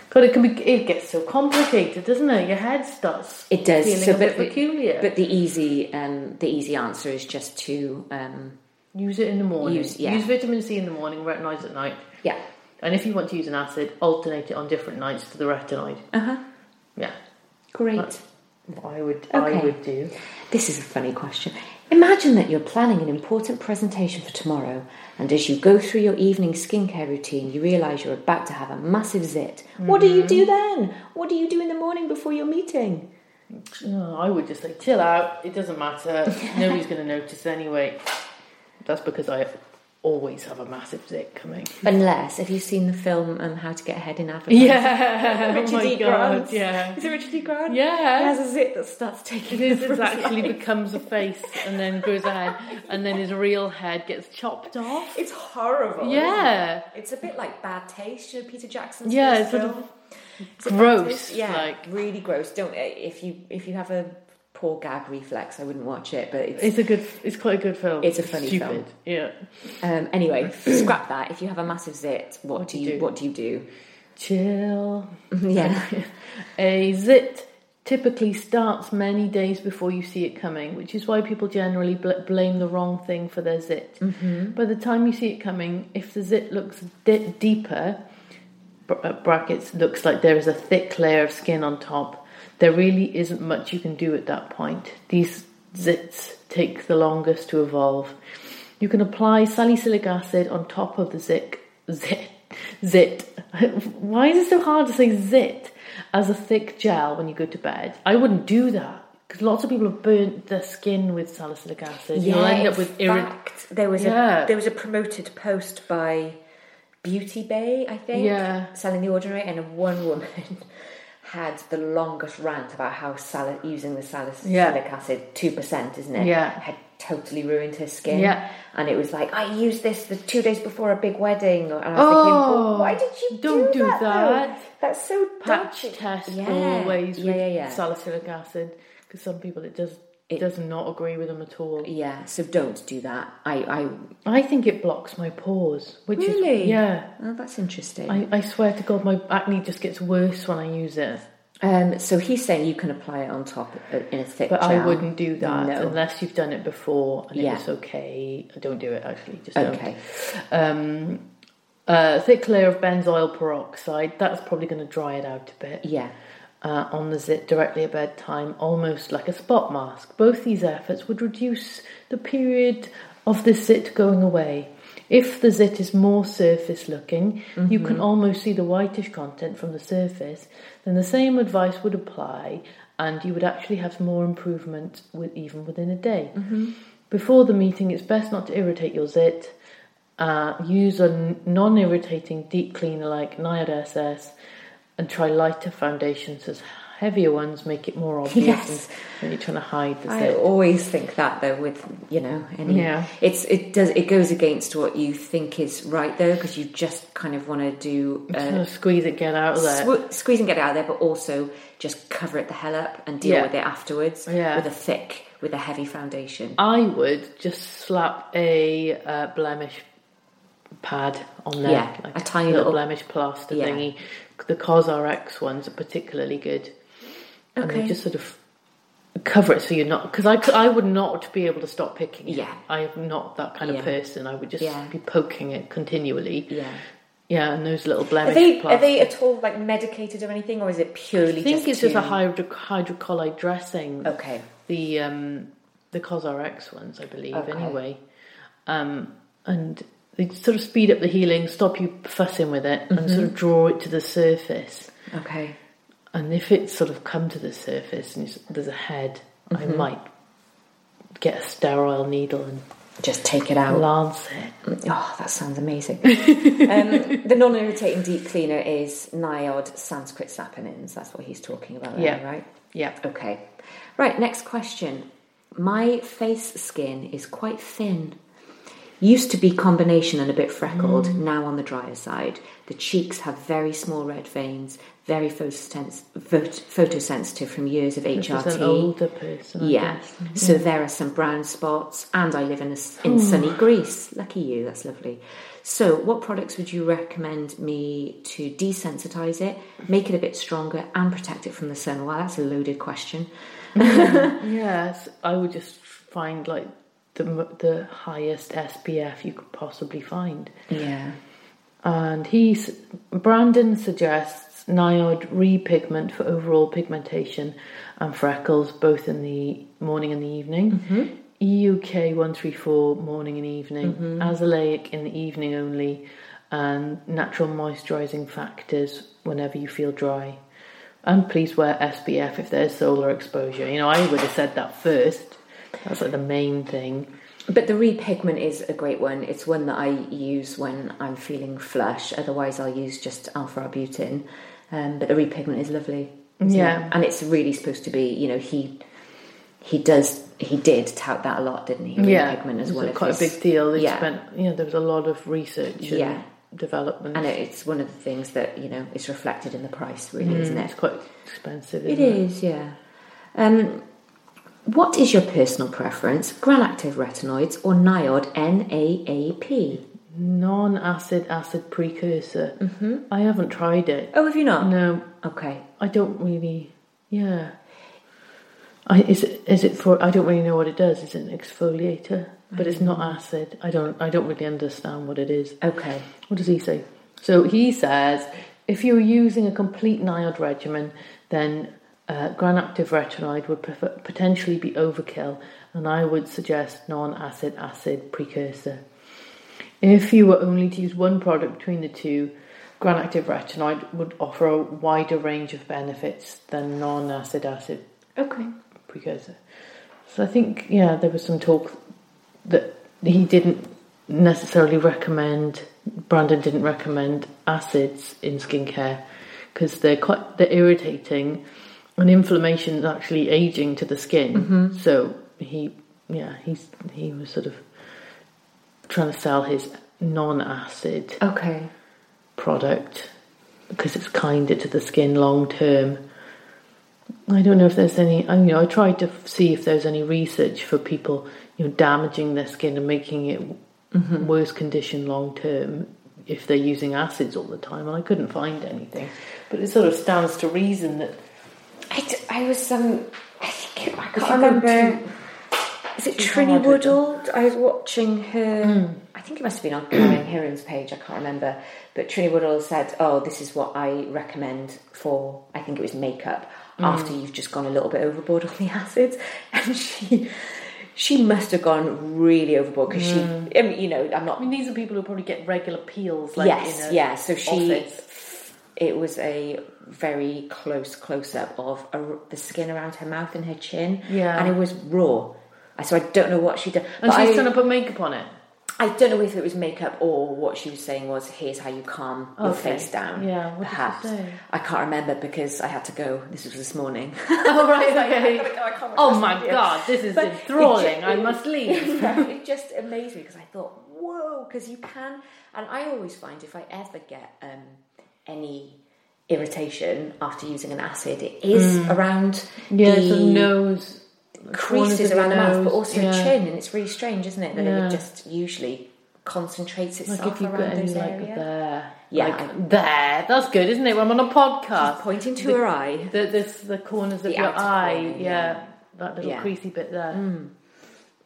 Speaker 2: God, it can be. It gets so complicated, doesn't it? Your head starts.
Speaker 3: It does.
Speaker 2: Feeling
Speaker 3: so,
Speaker 2: a
Speaker 3: but
Speaker 2: bit peculiar.
Speaker 3: But the easy um, the easy answer is just to um,
Speaker 2: Use it in the morning.
Speaker 3: Use- yeah.
Speaker 2: vitamin C in the morning, retinoids at night.
Speaker 3: yeah.
Speaker 2: And if you want to use an acid, alternate it on different nights to the retinoid.
Speaker 3: Uh huh.
Speaker 2: Yeah.
Speaker 3: Great.
Speaker 2: What I would I
Speaker 3: Okay.
Speaker 2: would do.
Speaker 3: This is a funny question. Imagine that you're planning an important presentation for tomorrow, and as you go through your evening skincare routine, you realise you're about to have a massive zit. What do you do
Speaker 2: Mm-hmm.
Speaker 3: then? What do you do in the morning before your meeting?
Speaker 2: No, I would just say chill out, it doesn't matter. Nobody's gonna notice anyway. That's because I always have a massive zit coming.
Speaker 3: Unless, have you seen the film um, How to Get Ahead in Advertising?
Speaker 2: Yeah,
Speaker 3: Richard
Speaker 2: oh my
Speaker 3: E.
Speaker 2: God,
Speaker 3: Grant.
Speaker 2: Yeah,
Speaker 3: Is it Richard E. Grant?
Speaker 2: Yeah.
Speaker 3: He has a zit that starts taking
Speaker 2: it is.
Speaker 3: over
Speaker 2: It
Speaker 3: his
Speaker 2: actually
Speaker 3: life.
Speaker 2: becomes a face and then grows a head, and then his real head gets chopped off.
Speaker 3: It's horrible.
Speaker 2: Yeah.
Speaker 3: isn't it? It's a bit like bad taste, you know, Peter Jackson's
Speaker 2: Yeah,
Speaker 3: first
Speaker 2: it's sort of
Speaker 3: film. Is it Bad
Speaker 2: Gross.
Speaker 3: Taste? Yeah,
Speaker 2: Like
Speaker 3: really gross. Don't eh, if you if you have a poor gag reflex, I wouldn't watch it. But it's,
Speaker 2: it's a good. It's quite a good film.
Speaker 3: It's a funny
Speaker 2: Stupid.
Speaker 3: film.
Speaker 2: Yeah.
Speaker 3: um, anyway. scrap that. If you have a massive zit, what, do you
Speaker 2: do?
Speaker 3: what do you do?
Speaker 2: Chill.
Speaker 3: yeah,
Speaker 2: A zit typically starts many days before you see it coming, which is why people generally bl- blame the wrong thing for their zit.
Speaker 3: Mm-hmm.
Speaker 2: By the time you see it coming, if the zit looks di- deeper, br- uh, brackets, looks like there is a thick layer of skin on top, there really isn't much you can do at that point. These zits take the longest to evolve. You can apply salicylic acid on top of the zit. Zit. Zit. Why is it so hard to say zit? as a thick gel when you go to bed. I wouldn't do that because lots of people have burnt their skin with salicylic acid. You'll end
Speaker 3: in
Speaker 2: up with irrit-
Speaker 3: fact, there was
Speaker 2: Yeah.
Speaker 3: a there was a promoted post by Beauty Bay, I think,
Speaker 2: Yeah.
Speaker 3: selling the ordinary, and one woman had the longest rant about how sal- using the salicylic
Speaker 2: Yeah.
Speaker 3: acid two percent, isn't it?
Speaker 2: Yeah.
Speaker 3: had totally ruined her skin.
Speaker 2: Yeah.
Speaker 3: and it was like I used this the two days before a big wedding, and I was thinking,
Speaker 2: Oh,
Speaker 3: well, why did you
Speaker 2: don't
Speaker 3: do
Speaker 2: do
Speaker 3: that? though?
Speaker 2: that.
Speaker 3: That's so
Speaker 2: patch
Speaker 3: dodgy.
Speaker 2: test
Speaker 3: Yeah.
Speaker 2: always
Speaker 3: Yeah,
Speaker 2: with
Speaker 3: yeah, yeah.
Speaker 2: salicylic acid because some people it does it does not agree with them at all.
Speaker 3: yeah, so don't do that. I, I
Speaker 2: I think it blocks my pores, which
Speaker 3: Really?
Speaker 2: is yeah.
Speaker 3: oh, that's interesting.
Speaker 2: I, I swear to God, my acne just gets worse when I use it.
Speaker 3: Um, so he's saying you can apply it on top uh, in a thick
Speaker 2: But I
Speaker 3: gel.
Speaker 2: wouldn't do that
Speaker 3: No.
Speaker 2: unless you've done it before and
Speaker 3: Yeah.
Speaker 2: it was okay. Don't do it actually. Just don't.
Speaker 3: Okay.
Speaker 2: um, a thick layer of benzoyl peroxide. That's probably going to dry it out a bit.
Speaker 3: Yeah.
Speaker 2: Uh, on the zit directly at bedtime, almost like a spot mask. Both these efforts would reduce the period of the zit going away. If the zit is more surface looking, you can almost see the whitish content from the surface, then the same advice would apply and you would actually have more improvement with, even within a day. Before the meeting, it's best not to irritate your zit. Uh, use a non irritating deep cleaner like Niad SS and try lighter foundations as heavier ones make it more obvious
Speaker 3: Yes.
Speaker 2: when you're trying to hide the
Speaker 3: I
Speaker 2: zit.
Speaker 3: always think that though with you know any
Speaker 2: Yeah.
Speaker 3: it's it does it goes against what you think is right though because you just kind of want to do
Speaker 2: Sort
Speaker 3: uh,
Speaker 2: of squeeze it, get out of there.
Speaker 3: sw- squeeze and get it out of there but also just cover it the hell up and deal
Speaker 2: Yeah.
Speaker 3: with it afterwards
Speaker 2: Yeah.
Speaker 3: with a thick with a heavy foundation.
Speaker 2: I would just slap a uh, blemish pad on there,
Speaker 3: Yeah, a tiny little-
Speaker 2: blemish plaster
Speaker 3: Yeah.
Speaker 2: thingy. The COSRX ones are particularly good, and
Speaker 3: Okay.
Speaker 2: they just sort of cover it so you're not because I, cou- I would not be able to stop picking it.
Speaker 3: Yeah.
Speaker 2: I am not that kind
Speaker 3: Yeah.
Speaker 2: of person. I would just
Speaker 3: Yeah.
Speaker 2: be poking it continually.
Speaker 3: Yeah.
Speaker 2: yeah, and those little
Speaker 3: Are
Speaker 2: blemish.
Speaker 3: they are
Speaker 2: plaster-
Speaker 3: they at all like medicated or anything or is it purely
Speaker 2: I think
Speaker 3: just
Speaker 2: it's just a
Speaker 3: to-
Speaker 2: hydro- hydrocolloid dressing.
Speaker 3: Okay.
Speaker 2: The um, the CosRX ones, I believe,
Speaker 3: Okay.
Speaker 2: anyway. Um, and they sort of speed up the healing, stop you fussing with it, and sort of draw it to the surface.
Speaker 3: Okay.
Speaker 2: And if it's sort of come to the surface and it's- there's a head, I might get a sterile needle and
Speaker 3: Just take it out.
Speaker 2: lance it.
Speaker 3: Oh, that sounds amazing. um, the non irritating deep cleaner is Niod Sanskrit saponins. That's what he's talking about, there,
Speaker 2: Yeah.
Speaker 3: right?
Speaker 2: Yeah.
Speaker 3: Okay. Right, next question. My face skin is quite thin. Used to be combination and a bit freckled,
Speaker 2: Mm.
Speaker 3: now on the drier side. The cheeks have very small red veins, very photosens- phot- photosensitive from years of
Speaker 2: This is
Speaker 3: HRT.
Speaker 2: an older person. I
Speaker 3: Yeah.
Speaker 2: guess.
Speaker 3: So there are some brown spots, and I live in a s in sunny Greece. Lucky you, that's lovely. So, what products would you recommend me to desensitize it, make it a bit stronger, and protect it from the sun? Wow, that's a loaded question.
Speaker 2: Yes, I would just find like the m- the highest SPF you could possibly find.
Speaker 3: Yeah.
Speaker 2: And he's Brandon suggests Niod repigment for overall pigmentation and freckles, both in the morning and the evening. EUK one three four morning and evening, azelaic in the evening only, and natural moisturising factors whenever you feel dry. And please wear SPF if there's solar exposure. You know, I would have said that first. That's like the main thing.
Speaker 3: But the repigment is a great one. It's one that I use when I'm feeling flush. Otherwise, I'll use just alpha arbutin. Um, but the repigment is lovely. isn't
Speaker 2: Yeah.
Speaker 3: it? and it's really supposed to be. You know, he he does he did tout that a lot, didn't he? repigment as
Speaker 2: it was
Speaker 3: one
Speaker 2: a
Speaker 3: of
Speaker 2: quite a
Speaker 3: his-
Speaker 2: big deal. They
Speaker 3: yeah,
Speaker 2: spent, you know, there was a lot of research and
Speaker 3: Yeah.
Speaker 2: development.
Speaker 3: and it's one of the things that you know is reflected in the price, really, isn't it?
Speaker 2: Mm, it's quite expensive.
Speaker 3: It
Speaker 2: Isn't it?
Speaker 3: is, yeah. Um, what is your personal preference? Granactive retinoids or NIOD NAAP?
Speaker 2: Non-acid acid precursor. Mm-hmm. I haven't tried it.
Speaker 3: Oh, have you not?
Speaker 2: No,
Speaker 3: Okay.
Speaker 2: I don't really. Yeah. I, is it is it for? I don't really know what it does. It's an exfoliator, but it's not acid. I don't. I don't really understand what it is.
Speaker 3: Okay.
Speaker 2: What does he say? So he says if you're using a complete NIOD regimen, then uh, granactive retinoid would prefer, potentially be overkill, and I would suggest non acid acid precursor. If you were only to use one product between the two, granactive retinoid would offer a wider range of benefits than non acid acid
Speaker 3: Okay.
Speaker 2: precursor. So I think, yeah, there was some talk that he didn't necessarily recommend, Brandon didn't recommend acids in skincare because they're quite they're irritating and inflammation is actually aging to the skin. So he, yeah, he's he was sort of trying to sell his non-acid
Speaker 3: Okay.
Speaker 2: product because it's kinder to the skin long term. I don't know if there's any. I, you know, I tried to f- see if there's any research for people, you know, damaging their skin and making it worse condition long term if they're using acids all the time, and I couldn't find anything. But it sort of stands to reason that
Speaker 3: I, d- I was um I think I
Speaker 2: you
Speaker 3: can't
Speaker 2: go
Speaker 3: remember. Is it
Speaker 2: too
Speaker 3: Trini
Speaker 2: hard at
Speaker 3: Woodall? I was watching her. I think it must have been on Karen Hiron's page. I can't remember. But Trini Woodall said, "Oh, this is what I recommend for. I think it was makeup after you've just gone a little bit overboard on the acids." And she, she must have gone really overboard because she. I mean, you know, I'm not
Speaker 2: I mean, these are people who probably get regular peels. Like,
Speaker 3: yes,
Speaker 2: in a
Speaker 3: yeah. So she,
Speaker 2: office.
Speaker 3: it was a very close close up of a r the skin around her mouth and her chin.
Speaker 2: Yeah.
Speaker 3: and it was raw. I- So I don't know what she did.
Speaker 2: and
Speaker 3: But
Speaker 2: she's
Speaker 3: I,
Speaker 2: trying to put makeup on it.
Speaker 3: I don't know if it was makeup or what she was saying was here's how you calm your
Speaker 2: Okay.
Speaker 3: face down.
Speaker 2: Yeah, what did she
Speaker 3: perhaps
Speaker 2: say?
Speaker 3: I can't remember because I had to go. This was this morning.
Speaker 2: Oh right,
Speaker 3: okay.
Speaker 2: Oh my god, this is
Speaker 3: But it
Speaker 2: enthralling.
Speaker 3: ju-
Speaker 2: I must leave.
Speaker 3: it just amazed me because I thought, whoa, because you can. And I always find if I ever get um, any irritation after using an acid, it is around
Speaker 2: Mm. Yeah,
Speaker 3: the
Speaker 2: it's a nose. corners of
Speaker 3: creases
Speaker 2: the
Speaker 3: around the mouth, but
Speaker 2: nose,
Speaker 3: also
Speaker 2: yeah.
Speaker 3: chin, and it's really strange, isn't it? That
Speaker 2: Yeah.
Speaker 3: it just usually concentrates
Speaker 2: Like
Speaker 3: itself
Speaker 2: if you've
Speaker 3: around
Speaker 2: got any
Speaker 3: those
Speaker 2: like
Speaker 3: areas.
Speaker 2: there.
Speaker 3: Yeah,
Speaker 2: Like
Speaker 3: I-
Speaker 2: there. That's good, isn't it? When I'm on a podcast.
Speaker 3: Pointing to
Speaker 2: the,
Speaker 3: her eye.
Speaker 2: The, this, the corners of
Speaker 3: The
Speaker 2: your
Speaker 3: outer
Speaker 2: eye.
Speaker 3: corner,
Speaker 2: yeah.
Speaker 3: yeah.
Speaker 2: That little
Speaker 3: Yeah. Mm. Um,
Speaker 2: creasy bit there.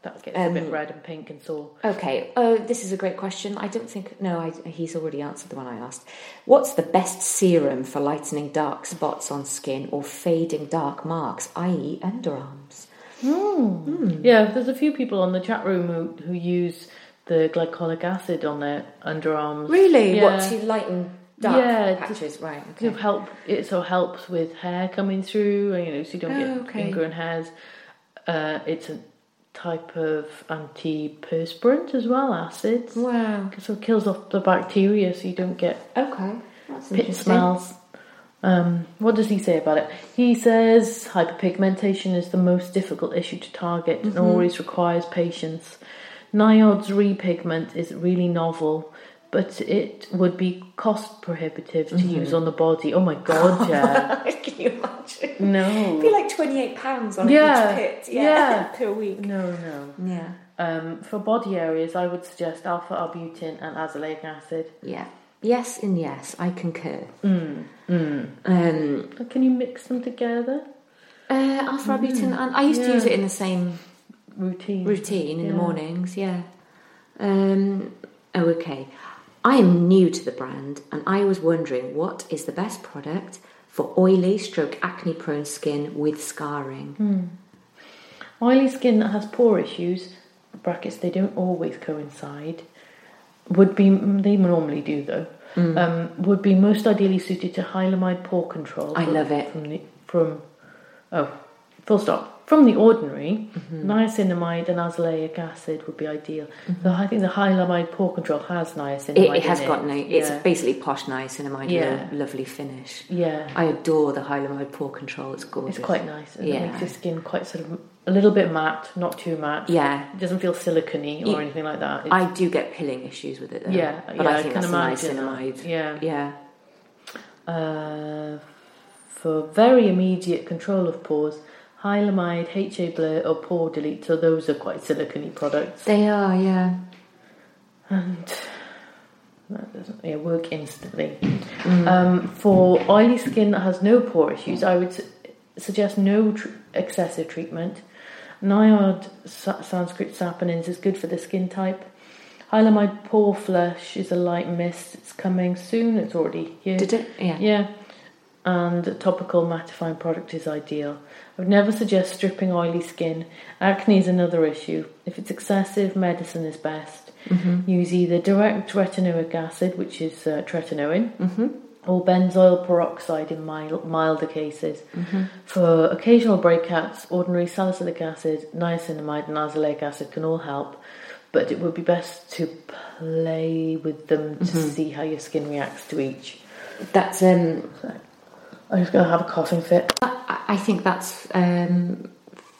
Speaker 2: That gets a bit red and pink and sore.
Speaker 3: Okay. Oh, this is a great question. I don't think. No, I, he's already answered the one I asked. What's the best serum for lightening dark spots on skin or fading dark marks, i.e., underarms? mm.
Speaker 2: Yeah, there's a few people on the chat room who, who use the glycolic acid on their underarms.
Speaker 3: Really?
Speaker 2: Yeah.
Speaker 3: What to lighten dark
Speaker 2: Yeah,
Speaker 3: patches? right.
Speaker 2: To
Speaker 3: Okay.
Speaker 2: help, it so helps with hair coming through, you know, so you don't
Speaker 3: Oh,
Speaker 2: get
Speaker 3: okay.
Speaker 2: ingrown hairs. Uh, it's a type of antiperspirant as well, acids.
Speaker 3: Wow.
Speaker 2: So it kills off the bacteria, so you don't get
Speaker 3: Okay. That's
Speaker 2: pit
Speaker 3: interesting.
Speaker 2: smells. Um, what does he say about it? He says hyperpigmentation is the most difficult issue to target and always requires patience. NIOD's repigment is really novel, but it would be cost prohibitive to use on the body. Oh my god, yeah.
Speaker 3: Can you imagine? It'd be
Speaker 2: no.
Speaker 3: like twenty-eight pounds on
Speaker 2: Yeah,
Speaker 3: each pit.
Speaker 2: yeah.
Speaker 3: per week.
Speaker 2: No, no.
Speaker 3: Yeah.
Speaker 2: Um, for body areas, I would suggest alpha arbutin and azelaic acid.
Speaker 3: Yeah. Yes and yes. I concur. Um.
Speaker 2: But Can you mix them together?
Speaker 3: Uh, alpha arbutin, and I used to
Speaker 2: Yeah.
Speaker 3: use it in the same
Speaker 2: Routine.
Speaker 3: routine in the
Speaker 2: Yeah.
Speaker 3: mornings. Yeah. Um, oh, okay. I am new to the brand, and I was wondering what is the best product for oily, stroke, acne-prone skin with scarring.
Speaker 2: Oily skin that has pore issues, brackets, they don't always coincide, would be, they normally do though,
Speaker 3: Mm.
Speaker 2: um, would be most ideally suited to hyaluronide pore control.
Speaker 3: I
Speaker 2: from-
Speaker 3: love it.
Speaker 2: From, the, from oh, full stop. From the ordinary,
Speaker 3: Mm-hmm.
Speaker 2: niacinamide and azelaic acid would be ideal. So I think the hyalamide pore control has niacinamide.
Speaker 3: It, it has
Speaker 2: in
Speaker 3: got no. It's
Speaker 2: yeah.
Speaker 3: basically posh niacinamide
Speaker 2: Yeah.
Speaker 3: with a lovely finish.
Speaker 2: yeah.
Speaker 3: I adore the hyalamide pore control. It's gorgeous.
Speaker 2: It's quite nice. and It
Speaker 3: Yeah.
Speaker 2: makes your skin quite sort of a little bit matte, not too matte.
Speaker 3: Yeah.
Speaker 2: It doesn't feel silicony or
Speaker 3: You-
Speaker 2: anything like that. It's-
Speaker 3: I do get pilling issues with it though.
Speaker 2: Yeah,
Speaker 3: but
Speaker 2: yeah, I
Speaker 3: I think
Speaker 2: can
Speaker 3: that's
Speaker 2: imagine
Speaker 3: a
Speaker 2: that.
Speaker 3: niacinamide.
Speaker 2: Yeah.
Speaker 3: yeah.
Speaker 2: Uh, for very immediate control of pores, hyalamide, HA blur, or pore delete. So those are quite silicony products,
Speaker 3: They are, yeah.
Speaker 2: and that doesn't yeah, work instantly.
Speaker 3: Mm.
Speaker 2: Um, for oily skin that has no pore issues, I would su- suggest no tr- excessive treatment. Niod sa- Sanskrit saponins is good for the skin type. Hyalamide pore flush is a light mist. It's coming soon. It's already here.
Speaker 3: Did it? Yeah.
Speaker 2: Yeah, and a topical mattifying product is ideal. I would never suggest stripping oily skin. Acne is another issue. If it's excessive, medicine is best. Use either direct retinoic acid, which is uh, tretinoin, or benzoyl peroxide in mild, milder cases. For occasional breakouts, ordinary salicylic acid, niacinamide, and azelaic acid can all help. But it would be best to play with them to see how your skin reacts to each.
Speaker 3: That's um
Speaker 2: I'm just gonna Oh, have a coughing fit.
Speaker 3: I I think that's um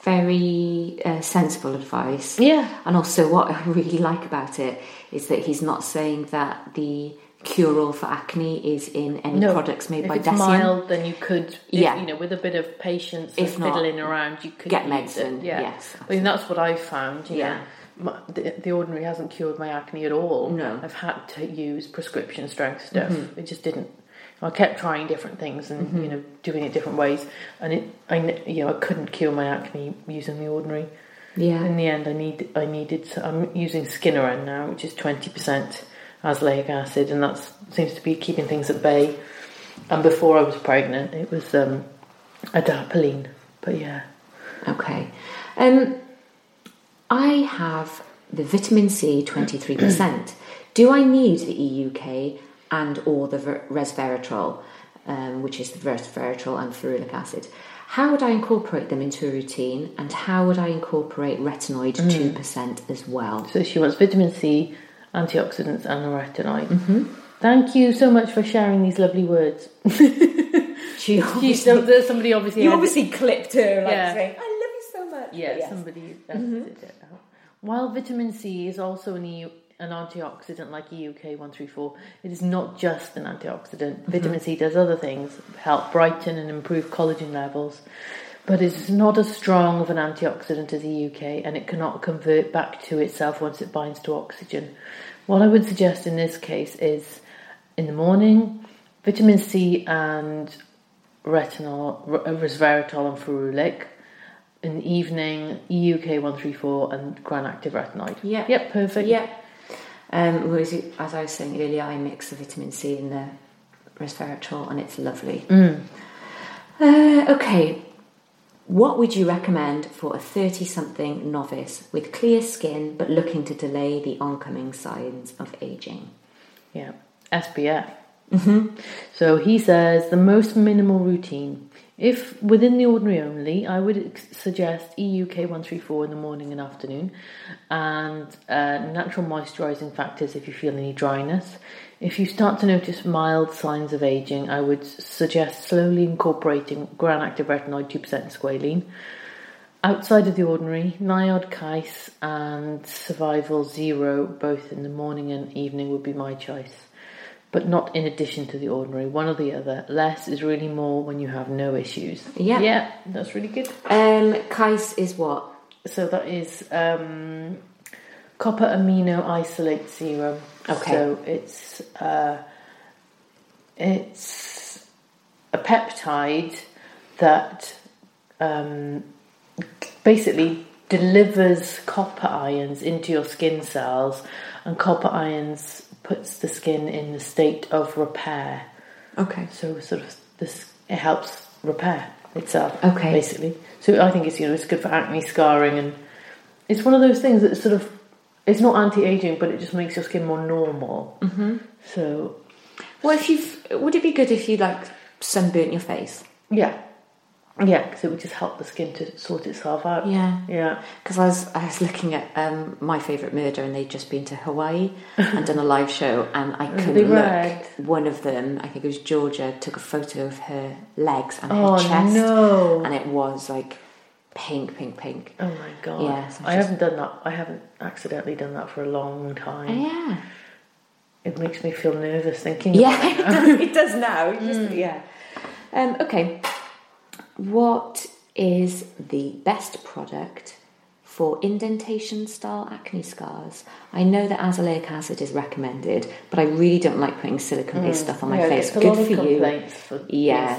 Speaker 3: very uh, sensible advice.
Speaker 2: Yeah.
Speaker 3: And also what I really like about it is that he's not saying that the cure all for acne is in any products made
Speaker 2: if
Speaker 3: by
Speaker 2: it's
Speaker 3: Dacian.
Speaker 2: mild, then you could, if-
Speaker 3: Yeah.
Speaker 2: you know, with a bit of patience
Speaker 3: If
Speaker 2: and
Speaker 3: not,
Speaker 2: fiddling around, you could
Speaker 3: get
Speaker 2: use
Speaker 3: medicine,
Speaker 2: It. Yeah.
Speaker 3: yes,
Speaker 2: I mean, that's what I found. You
Speaker 3: Yeah.
Speaker 2: know. My, the, the ordinary hasn't cured my acne at all.
Speaker 3: No. Mm-hmm.
Speaker 2: I've had to use prescription strength stuff. It just didn't. I kept trying different things and you know doing it different ways, and it I n- you know I couldn't cure my acne using the ordinary.
Speaker 3: Yeah.
Speaker 2: In the end, I need I needed. I'm using Skinneran now, which is twenty percent azelaic acid, and that seems to be keeping things at bay. And before I was pregnant, it was um, adapalene. But yeah,
Speaker 3: Okay. Um, I have the vitamin C 23%. Do I need the EUK and or the ver- resveratrol, um, which is the resveratrol and ferulic acid? How would I incorporate them into a routine and how would I incorporate retinoid 2% as well?
Speaker 2: so she wants vitamin C, antioxidants, and retinoid.
Speaker 3: Mm-hmm.
Speaker 2: Thank you so much for sharing these lovely words.
Speaker 3: She
Speaker 2: You,
Speaker 3: obviously-
Speaker 2: so there's somebody obviously.
Speaker 3: you
Speaker 2: had-
Speaker 3: obviously clipped her like
Speaker 2: Yeah.
Speaker 3: saying, I love you so much.
Speaker 2: yeah,
Speaker 3: But yes.
Speaker 2: somebody edited it out. While vitamin C is also an EU, an antioxidant like EUK one three four, it is not just an antioxidant. Vitamin C does other things, help brighten and improve collagen levels, but it is not as strong of an antioxidant as EUK, and it cannot convert back to itself once it binds to oxygen. What I would suggest in this case is, in the morning, vitamin C and retinol, r- uh, resveratrol, and ferulic. In the evening, EUK one three four and gran active retinoid.
Speaker 3: Yeah.
Speaker 2: Yep. Perfect.
Speaker 3: Yeah. Um, whereas, it- as I was saying earlier, I mix the vitamin C in the resveratrol, and it's lovely. Uh, okay. What would you recommend for a 30 something novice with clear skin but looking to delay the oncoming signs of aging?
Speaker 2: Yeah. SPF. Mm-hmm. So he says the most minimal routine. If within the ordinary only, I would ex- suggest EUK one three four in the morning and afternoon, and uh, natural moisturising factors if you feel any dryness. If you start to notice mild signs of aging, I would s- suggest slowly incorporating gran active retinoid two percent squalene. Outside of the ordinary, Niod Kais and Survival Zero, both in the morning and evening, would be my choice, but not in addition to the ordinary. One or the other. Less is really more when you have no issues.
Speaker 3: Yeah.
Speaker 2: yeah, that's really good.
Speaker 3: Um, Kais is what?
Speaker 2: So that is um, copper amino isolate serum.
Speaker 3: Okay.
Speaker 2: So it's uh, it's a peptide that um, basically delivers copper ions into your skin cells, and copper ions puts the skin in the state of repair.
Speaker 3: Okay.
Speaker 2: So sort of this it helps repair itself.
Speaker 3: Okay.
Speaker 2: Basically. So I think it's you know it's good for acne scarring and it's one of those things that sort of it's not anti aging but it just makes your skin more normal. Mm-hmm. So
Speaker 3: Well, if you've, would it be good if you like sunburnt your face?
Speaker 2: yeah. Yeah, because it would just help the skin to sort itself out.
Speaker 3: Yeah.
Speaker 2: Yeah.
Speaker 3: Because I was I was looking at um, my favorite murder, and they'd just been to Hawaii and done a live show, and I
Speaker 2: they
Speaker 3: couldn't
Speaker 2: right?
Speaker 3: look. One of them, I think it was Georgia, took a photo of her legs and
Speaker 2: Oh,
Speaker 3: her chest,
Speaker 2: no.
Speaker 3: and it was like pink, pink, pink.
Speaker 2: Oh my god.
Speaker 3: Yeah, so
Speaker 2: I
Speaker 3: just-
Speaker 2: haven't done that. I haven't accidentally done that for a long time.
Speaker 3: Oh, Yeah,
Speaker 2: It makes me feel nervous thinking.
Speaker 3: yeah, it does, it does now. It just- yeah. Um, okay. What is the best product for indentation style acne scars? I know that azelaic acid is recommended, but I really don't like putting silicone based stuff on Oh my
Speaker 2: Yeah, I
Speaker 3: face.
Speaker 2: get a
Speaker 3: Good
Speaker 2: lot of
Speaker 3: for you.
Speaker 2: complaints for
Speaker 3: Yeah.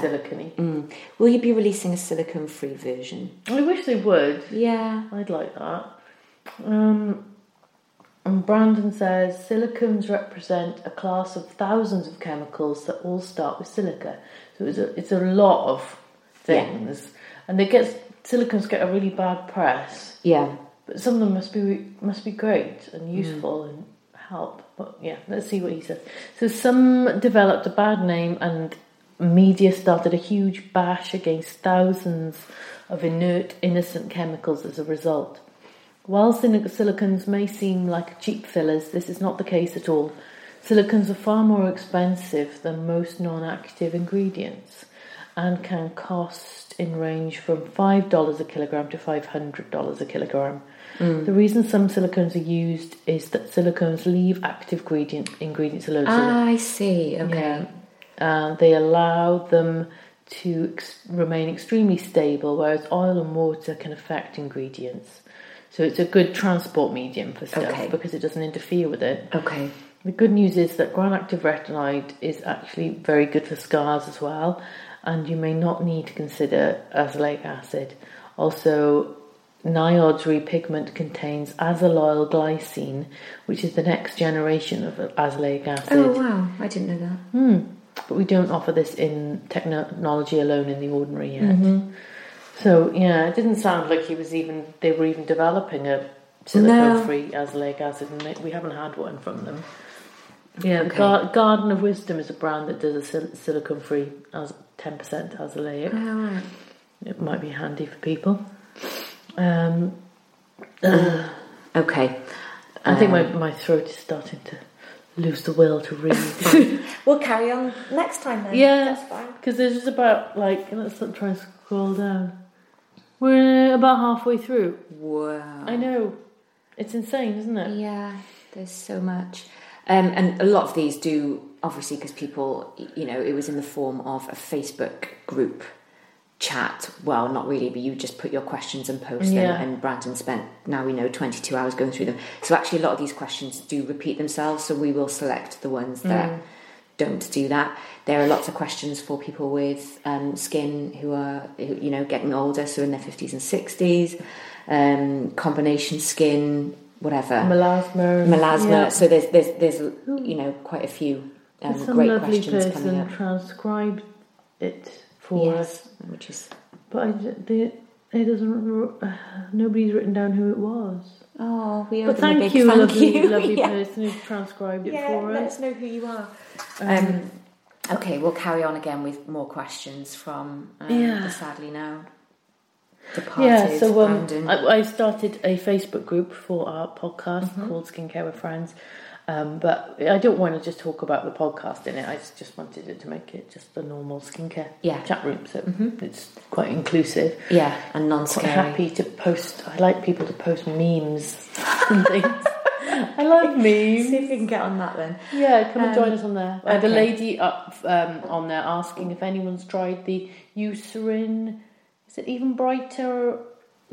Speaker 2: being silicone-y.
Speaker 3: Mm. Will you be releasing a silicone free version?
Speaker 2: I wish they would.
Speaker 3: Yeah.
Speaker 2: I'd like that. Um, and Brandon says silicones represent a class of thousands of chemicals that all start with silica. So it's a, it's a lot of things, and it gets silicones get a really bad press.
Speaker 3: Yeah.
Speaker 2: But some of them must be must be great and useful and help. But yeah, let's see what he says. So some developed a bad name, and media started a huge bash against thousands of inert, innocent chemicals as a result. While silic- silicons may seem like cheap fillers, this is not the case at all. Silicons are far more expensive than most non active ingredients and can cost in range from $5 a kilogram to $500 a kilogram.
Speaker 3: Mm.
Speaker 2: The reason some silicones are used is that silicones leave active ingredient, ingredients alone. So
Speaker 3: I see. Ah, Okay.
Speaker 2: yeah. Uh, they allow them to ex- remain extremely stable, whereas oil and water can affect ingredients. So it's a good transport medium for stuff
Speaker 3: Okay.
Speaker 2: because it doesn't interfere with it.
Speaker 3: Okay.
Speaker 2: The good news is that granactive retinoid is actually very good for scars as well, and you may not need to consider azelaic acid. Also, Niod's repigment contains azelol glycine, which is the next generation of azelaic acid
Speaker 3: Oh wow! I didn't know that.
Speaker 2: but we don't offer this in technology alone in the ordinary yet.
Speaker 3: Mm-hmm.
Speaker 2: So yeah, it didn't sound like he was even they were even developing a silicone free azelaic acid, and they- we haven't had one from them. Yeah, the
Speaker 3: Okay.
Speaker 2: Gar- Garden of Wisdom is a brand that does a sil- silicone free as ten percent azelaic.
Speaker 3: Oh, right.
Speaker 2: It might be handy for people. Um,
Speaker 3: Okay.
Speaker 2: I think
Speaker 3: Um,
Speaker 2: my my throat is starting to lose the will to read.
Speaker 3: We'll carry on next time then.
Speaker 2: Yeah, because this is about like let's not try and scroll down. We're about halfway through.
Speaker 3: Wow.
Speaker 2: I know, it's insane, isn't it?
Speaker 3: Yeah, there's so much. Um, and a lot of these do, obviously, because people, y- you know, it was in the form of a Facebook group chat. Well, not really, but you just put your questions and post
Speaker 2: Yeah.
Speaker 3: them. And Brandon spent, now we know, 22 hours going through them. So actually, a lot of these questions do repeat themselves. So we will select the ones that. Don't do that. There are lots of questions for people with um, skin who are, who, you know, getting older, so in their 50s and 60s, um, combination skin, whatever
Speaker 2: Melasma.
Speaker 3: melasma.
Speaker 2: Yeah.
Speaker 3: So there's there's there's you know quite a few um,
Speaker 2: Some
Speaker 3: great
Speaker 2: lovely
Speaker 3: questions
Speaker 2: person
Speaker 3: coming up.
Speaker 2: transcribed it for us,
Speaker 3: Yes, which is
Speaker 2: but I, they, it doesn't. r- uh, Nobody's written down who it was.
Speaker 3: oh we
Speaker 2: But
Speaker 3: open a
Speaker 2: thank
Speaker 3: big
Speaker 2: you,
Speaker 3: thank
Speaker 2: lovely,
Speaker 3: you.
Speaker 2: lovely
Speaker 3: yeah.
Speaker 2: person who transcribed it
Speaker 3: Yeah,
Speaker 2: for
Speaker 3: let
Speaker 2: us.
Speaker 3: us know who you are. Um, okay, we'll carry on again with more questions from um,
Speaker 2: Yeah.
Speaker 3: the sadly now departed
Speaker 2: Yeah, so um,
Speaker 3: Brandon.
Speaker 2: I, I started a Facebook group for our podcast called Skincare with Friends, um, but I don't want to just talk about the podcast in it. I just- just wanted it to make it just a normal skincare
Speaker 3: Yeah.
Speaker 2: chat room, so it's quite inclusive.
Speaker 3: yeah, and
Speaker 2: Quite
Speaker 3: non-scary.
Speaker 2: happy to post. I like people to post memes and things. I love memes.
Speaker 3: See if we can get on that then.
Speaker 2: Yeah, come Um, and join us on there. I had a
Speaker 3: okay.
Speaker 2: lady up um, on there asking if anyone's tried the Eucerin, is it even brighter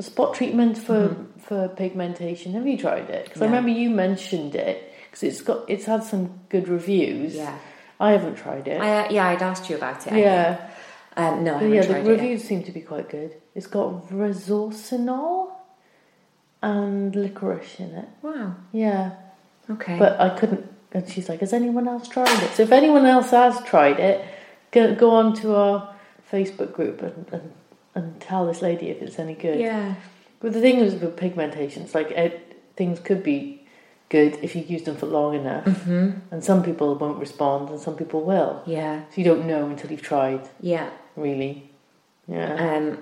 Speaker 2: spot treatment for for pigmentation? Have you tried it? Because I
Speaker 3: No.
Speaker 2: remember you mentioned it because it's got it's had some good reviews.
Speaker 3: Yeah.
Speaker 2: I haven't tried it.
Speaker 3: I, uh, yeah, I'd asked you about it. I think.
Speaker 2: yeah,
Speaker 3: Um, no, I
Speaker 2: But
Speaker 3: haven't
Speaker 2: yeah. The
Speaker 3: tried it. yet.
Speaker 2: reviews seem to be quite good. It's got resorcinol and licorice in it.
Speaker 3: Wow.
Speaker 2: Yeah.
Speaker 3: Okay.
Speaker 2: But I couldn't. And she's like, "Has anyone else tried it?" So if anyone else has tried it, go, go on to our Facebook group and, and and tell this lady if it's any good.
Speaker 3: yeah.
Speaker 2: But the thing is with pigmentation, it's like it, things could be good if you use them for long enough, mm-hmm. and some people won't respond, and some people will.
Speaker 3: Yeah.
Speaker 2: So you don't know until you've tried,
Speaker 3: Yeah.
Speaker 2: really. Yeah.
Speaker 3: Um,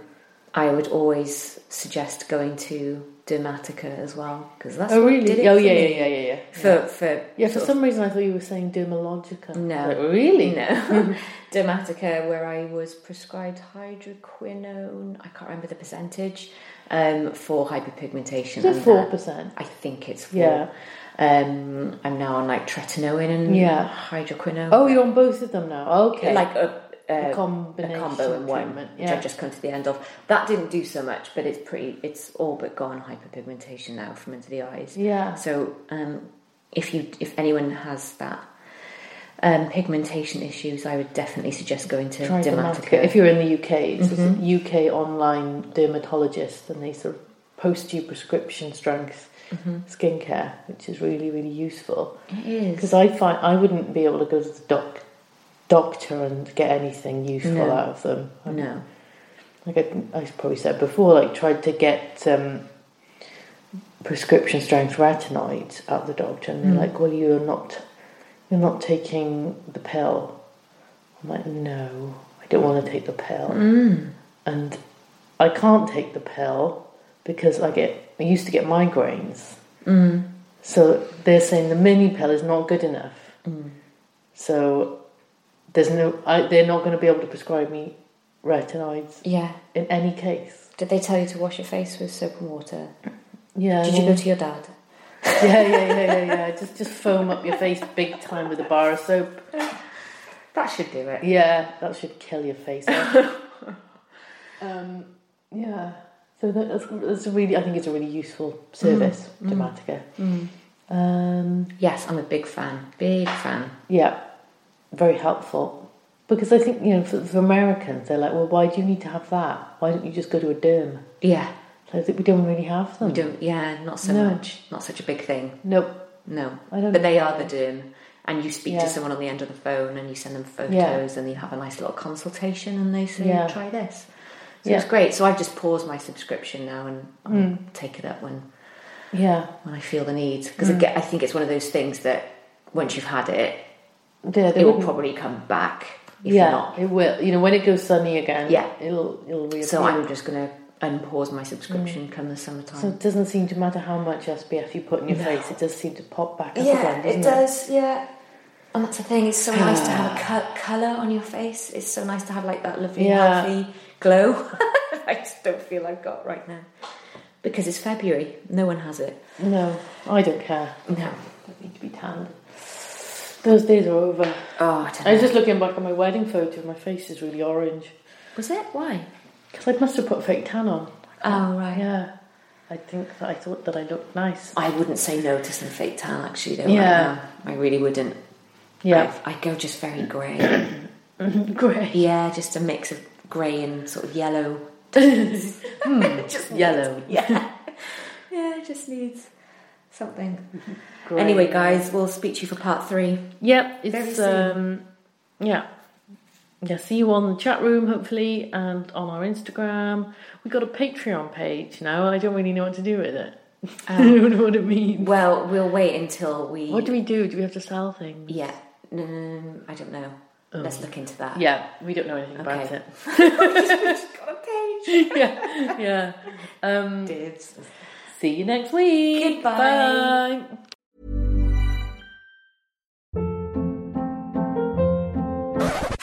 Speaker 3: I would always suggest going to Dermatica as well because that's
Speaker 2: oh
Speaker 3: what
Speaker 2: really?
Speaker 3: did it
Speaker 2: Oh
Speaker 3: for
Speaker 2: yeah,
Speaker 3: me.
Speaker 2: yeah, yeah, yeah, yeah.
Speaker 3: For for
Speaker 2: Yeah, for some reason I thought you were saying Dermalogica.
Speaker 3: No.
Speaker 2: Like, really?
Speaker 3: No. Dermatica, where I was prescribed hydroquinone, I can't remember the percentage, um, for hyperpigmentation.
Speaker 2: Is it
Speaker 3: and
Speaker 2: 4%?
Speaker 3: that- I think it's 4
Speaker 2: Yeah.
Speaker 3: Um, I'm now on like tretinoin and
Speaker 2: Yeah.
Speaker 3: hydroquinone.
Speaker 2: Oh, you're on both of them now. Okay.
Speaker 3: Like uh, a, a,
Speaker 2: A combination
Speaker 3: a combo in one,
Speaker 2: treatment,
Speaker 3: which
Speaker 2: yeah.
Speaker 3: I've just come to the end of. That didn't do so much, but it's pretty. It's all but gone hyperpigmentation now from under the eyes.
Speaker 2: Yeah.
Speaker 3: So um, if you if anyone has that um, pigmentation issues, I would definitely suggest going to
Speaker 2: Try
Speaker 3: Dermatica.
Speaker 2: Dermatica. If you're in the UK, it's
Speaker 3: Mm-hmm.
Speaker 2: just a UK online dermatologist, and they sort of post you prescription strength skincare, which is really really useful.
Speaker 3: Mm-hmm. It is.
Speaker 2: Because I find I wouldn't be able to go to the doc doctor and get anything useful
Speaker 3: No.
Speaker 2: out of them. I mean,
Speaker 3: no.
Speaker 2: Like I, I probably said before, like tried to get um, prescription strength retinoids at the doctor, and they're
Speaker 3: Mm.
Speaker 2: like, "Well, you're not, you're not taking the pill." I'm like, "No, I don't want to take the pill," Mm. and I can't take the pill because I get I used to get migraines. Mm. So they're saying the mini pill is not good enough. Mm. So there's no, I, they're not going to be able to prescribe me retinoids
Speaker 3: Yeah.
Speaker 2: in any case.
Speaker 3: Did they tell you to wash your face with soap and water?
Speaker 2: Yeah.
Speaker 3: Did you go to your dad?
Speaker 2: yeah, yeah, yeah, yeah, yeah. Just just foam up your face big time with a bar of soap.
Speaker 3: That should do it.
Speaker 2: Yeah, that should kill your face. off. um, yeah. So that, that's, that's a really, I think it's a really useful service,
Speaker 3: Mm.
Speaker 2: Dramatica. Um,
Speaker 3: Yes, I'm a big fan. Big fan.
Speaker 2: Yeah, very helpful. Because I think, you know, for, for Americans, they're like, well, why do you need to have that? Why don't you just go to a derm?
Speaker 3: Yeah.
Speaker 2: Like, we don't really have them.
Speaker 3: We don't. Yeah, not so
Speaker 2: Hmm. No.
Speaker 3: much. Not such a big thing.
Speaker 2: Nope.
Speaker 3: No,
Speaker 2: I don't
Speaker 3: but they
Speaker 2: know.
Speaker 3: are the doom. And you speak
Speaker 2: Yeah.
Speaker 3: to someone on the end of the phone, and you send them photos, and you have a nice little consultation, and they say,
Speaker 2: Yeah.
Speaker 3: "Try this." So
Speaker 2: Yeah. Hmm.
Speaker 3: it's great. So I've just paused my subscription now, and I'll take it up when
Speaker 2: Yeah.
Speaker 3: when I feel the need. Because
Speaker 2: Hmm.
Speaker 3: I, think it's one of those things that once you've had it,
Speaker 2: Yeah, they
Speaker 3: it will
Speaker 2: wouldn't-
Speaker 3: probably come back if
Speaker 2: yeah,
Speaker 3: you're not.
Speaker 2: it will. You know, when it goes sunny again,
Speaker 3: Yeah.
Speaker 2: it'll, it'll reappear.
Speaker 3: So I'm just going to unpause my subscription come the summertime.
Speaker 2: Hmm. So it doesn't seem to matter how much SPF you put in your face, it does seem to pop back up
Speaker 3: Yeah,
Speaker 2: again, doesn't
Speaker 3: it
Speaker 2: it? Ah.
Speaker 3: does. Yeah, and that's the thing. It's so nice to have a co- color on your face. It's so nice to have like that lovely,
Speaker 2: Yeah.
Speaker 3: healthy glow. I just don't feel I've got right now because it's February. No one has it.
Speaker 2: No, I don't care.
Speaker 3: No.
Speaker 2: I need to be tanned. Those days are over.
Speaker 3: Oh, I don't
Speaker 2: I
Speaker 3: know.
Speaker 2: was just looking back at my wedding photo, my face is really orange.
Speaker 3: was it? Why?
Speaker 2: Because I must have put fake tan on.
Speaker 3: Oh, right.
Speaker 2: Yeah, I think that I thought that I looked nice.
Speaker 3: I wouldn't say no to some fake tan actually. Though,
Speaker 2: Yeah.
Speaker 3: right now. I really wouldn't.
Speaker 2: Yeah,
Speaker 3: I, I go just very grey.
Speaker 2: grey,
Speaker 3: yeah, just a mix of grey and sort of yellow. Hmm, just
Speaker 2: yellow.
Speaker 3: yeah, yeah, it just needs something.
Speaker 2: Grey.
Speaker 3: Anyway, guys, we'll speak to you for part three.
Speaker 2: Yep,
Speaker 3: Very
Speaker 2: it's
Speaker 3: soon.
Speaker 2: um, yeah, yeah. See you on the chat room hopefully, and on our Instagram. We got a Patreon page now. I don't really know what to do with it.
Speaker 3: Oh.
Speaker 2: I don't know what it means.
Speaker 3: Well, we'll wait until we.
Speaker 2: What do we do? Do we have to sell things?
Speaker 3: Yeah, um, I don't know. Let's look into that.
Speaker 2: Yeah, we don't know anything about
Speaker 3: Okay.
Speaker 2: it.
Speaker 3: Got a page.
Speaker 2: yeah, yeah. Um,
Speaker 3: Dibs.
Speaker 2: see you next week.
Speaker 3: Goodbye.
Speaker 2: Bye.